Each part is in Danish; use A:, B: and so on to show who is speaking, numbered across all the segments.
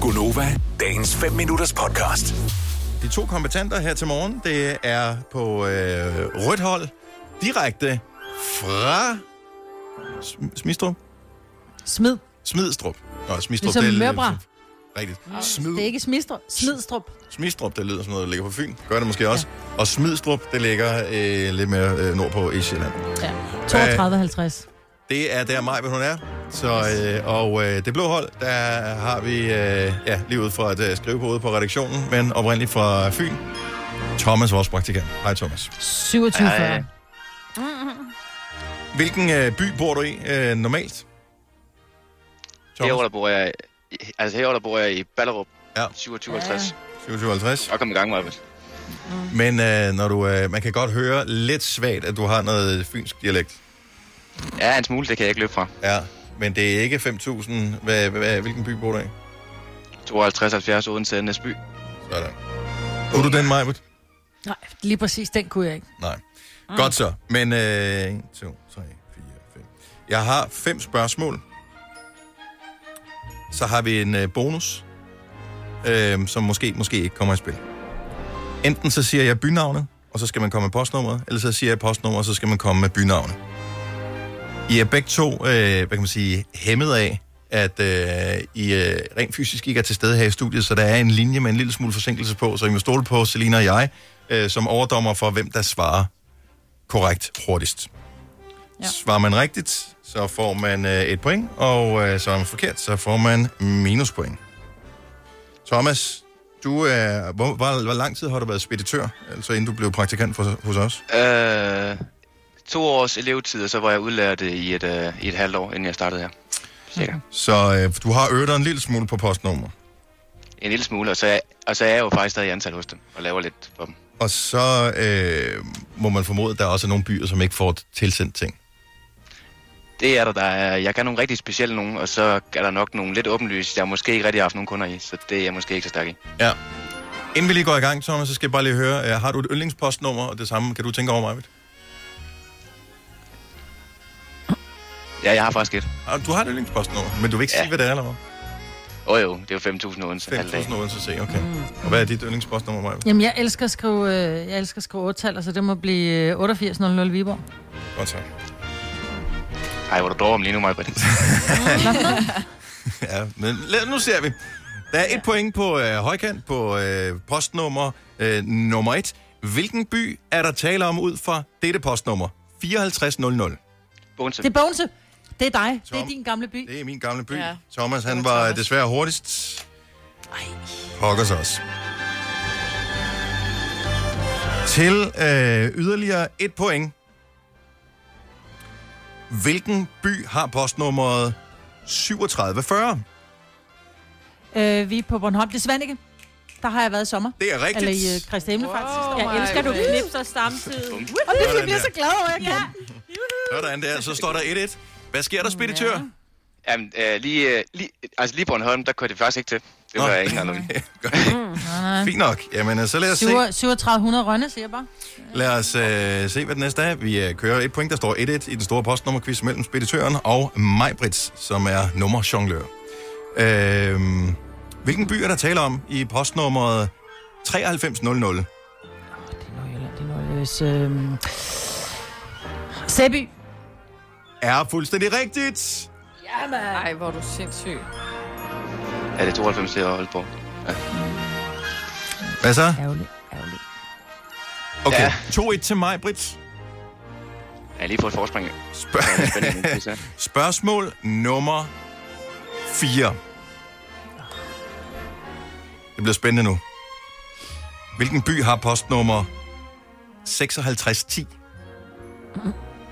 A: Gunova, dagens 5 minutters podcast.
B: De to kompetenter her til morgen, det er på øh, rødt hold, direkte fra Sm- Smistrup.
C: Smid.
B: Smidstrup. Nå, Smistrup,
C: Ligesom
B: det er...
C: Mørbra.
B: Rigtigt.
C: Det er
B: Smid.
C: ikke Smidstrup. Smidstrup.
B: Smidstrup, det lyder som noget, der ligger på Fyn. Gør det måske også. Og Smidstrup, det ligger øh, lidt mere øh, nordpå i Sjælland.
C: Ja. 32,50.
B: Det er der mig, hun er. Så, øh, og øh, det blå hold, der har vi øh, ja, lige ud fra et øh, skrivebord på redaktionen, men oprindeligt fra Fyn. Thomas, vores praktikant. Hej Thomas.
C: 27,40.
B: Hvilken øh, by bor du i øh, normalt?
D: Herover, der bor jeg, i- altså herover, der bor jeg i Ballerup.
B: Ja.
D: 2750.
B: 57.
D: Og kom i gang, Marvitt.
B: Men øh, når du, øh, man kan godt høre lidt svagt, at du har noget fynsk dialekt.
D: Ja, en smule, det kan jeg ikke løbe fra.
B: Ja, men det er ikke 5.000. Hvad, hvad, hvilken by bor du i?
D: 52, 70, Odense, Næsby.
B: Sådan. Bor du den, Majbert?
C: Nej, lige præcis den kunne jeg ikke.
B: Nej. Godt så. Men øh, 1, 2, 3, 4, 5. Jeg har fem spørgsmål. Så har vi en øh, bonus, øh, som måske, måske ikke kommer i spil. Enten så siger jeg bynavnet, og så skal man komme med postnummeret, eller så siger jeg postnummeret, og så skal man komme med bynavnet. I er begge to, øh, hvad kan man sige, hæmmet af, at øh, I øh, rent fysisk ikke er til stede her i studiet, så der er en linje med en lille smule forsinkelse på, så I må stole på Selina og jeg, øh, som overdommer for, hvem der svarer korrekt hurtigst. Ja.
C: Ja.
B: Svarer man rigtigt, så får man øh, et point, og øh, svarer man forkert, så får man minuspoint. Thomas, du er, hvor, hvor, hvor lang tid har du været speditør, altså inden du blev praktikant for, hos os?
D: Øh, to års elevtid, og så var jeg udlært øh, i et, øh, i et halvt år, inden jeg startede her. Cirka.
B: Så øh, du har øvet dig en lille smule på postnummer.
D: En lille smule, og så, er, og så er jeg jo faktisk stadig ansat hos dem, og laver lidt for dem.
B: Og så øh, må man formode, at der også er nogle byer, som ikke får tilsendt ting.
D: Det er der, der er, jeg kan nogle rigtig specielle nogen, og så er der nok nogle lidt åbenlyse, jeg måske ikke rigtig har haft nogen kunder i, så det er jeg måske ikke så stærk i.
B: Ja. Inden vi lige går i gang, Thomas, så skal jeg bare lige høre, øh, har du et yndlingspostnummer, og det samme kan du tænke over mig?
D: Ja, jeg har faktisk et.
B: Ah, Du har et yndlingspostnummer, men du vil ikke ja. sige,
D: Ja.
B: hvad det er, eller hvad?
D: Åh oh, jo, det er jo 5.000 Odense halv dag.
B: 5.000 Odense C, okay. Og hvad er dit yndlingspostnummer, Maja?
C: Jamen, jeg elsker at skrive, øh, jeg elsker at skrive 8 så det må blive øh, 8800 Viborg.
B: Godt tak.
D: Ej, hvor du drømmer om lige nu, Marvitt.
B: Ja, men lad, nu ser vi. Der er et point på øh, højkant på øh, postnummer øh, nummer 1. Hvilken by er der tale om ud fra dette postnummer? 5400.
D: Bonse.
C: Det er Bogense. Det er dig. Det er
B: Tom.
C: din gamle by.
B: Det er min gamle by. Ja.
E: Ja.
B: Thomas, han
E: Det
B: var
E: var
B: Thomas.
E: Thomas.
B: desværre hurtigst. Pokkers os. Til øh, yderligere et point. Hvilken by har postnummeret 3740?
C: Øh, vi er på Bornholm. Det er Svanike. Der har jeg været i sommer.
B: Det er rigtigt.
C: Eller i øh, Christi Himmel, faktisk.
E: Wow,
C: Jeg
E: Maja.
C: elsker, du knipser samtidig. Og det jeg bliver så glad over, jeg kan.
B: Sådan der, så står der 1-1. Hvad sker der, speditør?
D: Jamen, øh, lige, øh, lige, altså lige Bornholm, der kørte det faktisk ikke til. Det var
B: Nå.
D: jeg ikke engang med.
B: Fint nok. Jamen, øh, så lad os se.
C: 3700 Rønne, siger jeg bare.
B: Lad os øh, se, hvad den næste er. Vi øh, kører et point, der står 1-1 i den store postnummerquiz mellem speditøren og Majbrits, som er nummerjonglør. Øh, hvilken by er der tale om i postnummeret 9300?
C: Det er Nordjylland, det er Nordjyllands... Øh... Sæby.
B: Er fuldstændig rigtigt!
E: Ej, hvor er du sindssyg.
D: Ja, det er 92 til Aalborg.
B: Hvad så?
C: Ærgerligt, ærgerligt.
B: Okay,
D: Ja.
B: 2-1 til Majbrits.
D: Jeg har lige fået et forspring. jo. Det er
B: Spørg-
D: spændende, hvis jeg-
B: Spørgsmål nummer 4. Det bliver spændende nu. Hvilken by har postnummer 5610?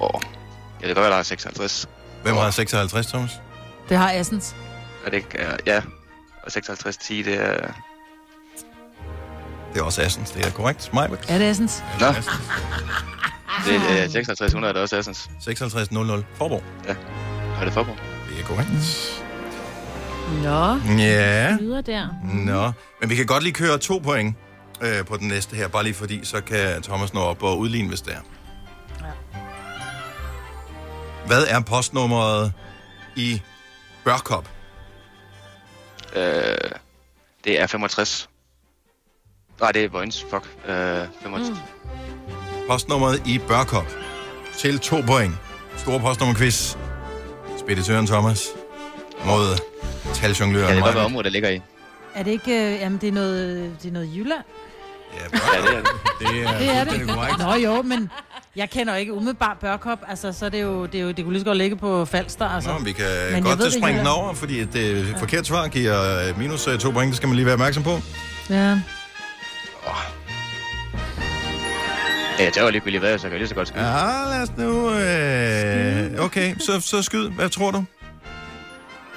D: Åh, ja, det kan godt være, der er 56.
B: Hvem har 56, Thomas?
C: Det har Assens.
D: Er det ikke, øh, ja, og 56, 10, det er...
B: Det er også Assens, det er korrekt. Maj,
C: Er det Assens?
D: Nå, det er øh, 56, 100 er det også Assens.
B: 5600 Forborg.
D: Er det Forborg?
B: Det er korrekt.
E: Nå,
B: Ja,
E: videre der.
C: Mm-hmm.
B: nå. Men vi kan godt lige køre to point øh, på den næste her, bare lige fordi, så kan Thomas nå op og udligne, hvis det er. Hvad er postnummeret i Børkop?
D: Øh, det er 65. Nej, det er Vojens. Fuck. Øh, 65. Mm.
B: Postnummeret i Børkop. Til to point. Store postnummerquiz. Speditøren Thomas mod taljongløren
D: Kan det godt
B: Maja.
D: være området, der ligger i?
C: Er det ikke... Øh, jamen, det er noget, det er noget Jylland.
B: Ja,
D: Ja, det er det.
B: det er,
C: Det er
B: fuldstændig korrekt.
C: det. Nå jo, men jeg kender jo ikke umiddelbart Børkop. Altså, så er det jo... Det, er jo, det kunne lige så godt ligge på Falster, altså.
B: Nå, vi kan
C: jeg
B: godt
C: ved det
B: springe den
C: ikke.
B: over, fordi et øh, forkert svar giver øh, minus øh, to point. Det skal man lige være opmærksom på.
C: Ja.
D: Ja, det var ligegyldigt hvad, så kan jeg lige så godt skrive. Ja.
B: Ja, lad os nu... Øh, okay, så, så skyd. Hvad tror du?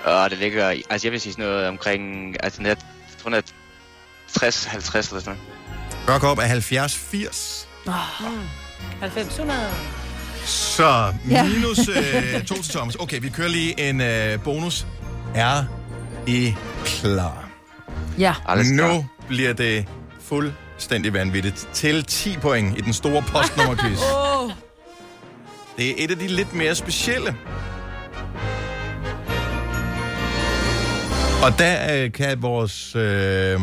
D: Og det ligger i, altså jeg vil sige sådan noget omkring, altså net, jeg tror net 60, 50 eller sådan noget.
B: Børkop er 70-80.
C: 900.
B: Så
C: Ja.
B: minus øh, to til Thomas. Okay, vi kører lige en øh, bonus. Er I klar?
C: Ja.
D: Alles klar.
B: Nu bliver det fuldstændig vanvittigt. Til 10 point i den store postnummerquiz.
E: Åh,
B: Det er et af de lidt mere specielle. Og der øh, kan vores øh,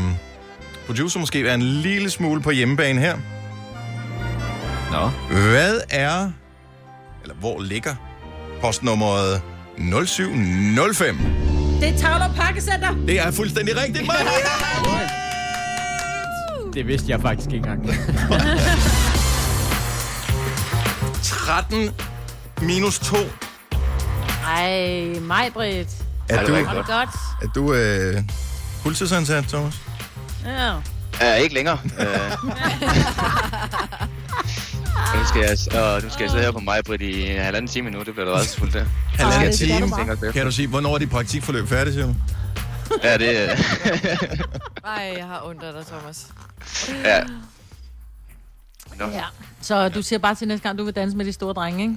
B: producer måske være en lille smule på hjemmebane her.
D: Nå.
B: Hvad er, eller hvor ligger postnummeret 0705?
C: Det er Tavler Pakkecenter.
B: Det er fuldstændig rigtigt, Maja!
F: Det vidste jeg faktisk ikke engang.
B: 13 minus 2.
E: Ej, mig, Britt.
D: Ja,
B: Er
D: det
B: du,
D: var
E: Har
D: ikke
E: du
D: godt.
E: godt?
B: er du øh, fuldtidsansat, Thomas?
E: Ja.
D: Uh, ikke længere. Uh, nu skal jeg, og nu skal jeg sidde her på mig, Britt, i en halvanden time nu. Det bliver da også fuldt der.
B: Halvanden
C: det skal du
B: time.
C: bare.
D: Tænker jeg
B: Kan du sige, hvornår er dit praktikforløb færdigt, siger du?
D: Ja, det øh. er...
E: Ej, jeg har ondt af dig, Thomas.
D: Ja. Nå. Ja.
C: Så du siger bare til næste gang, du vil danse med de store drenge, ikke?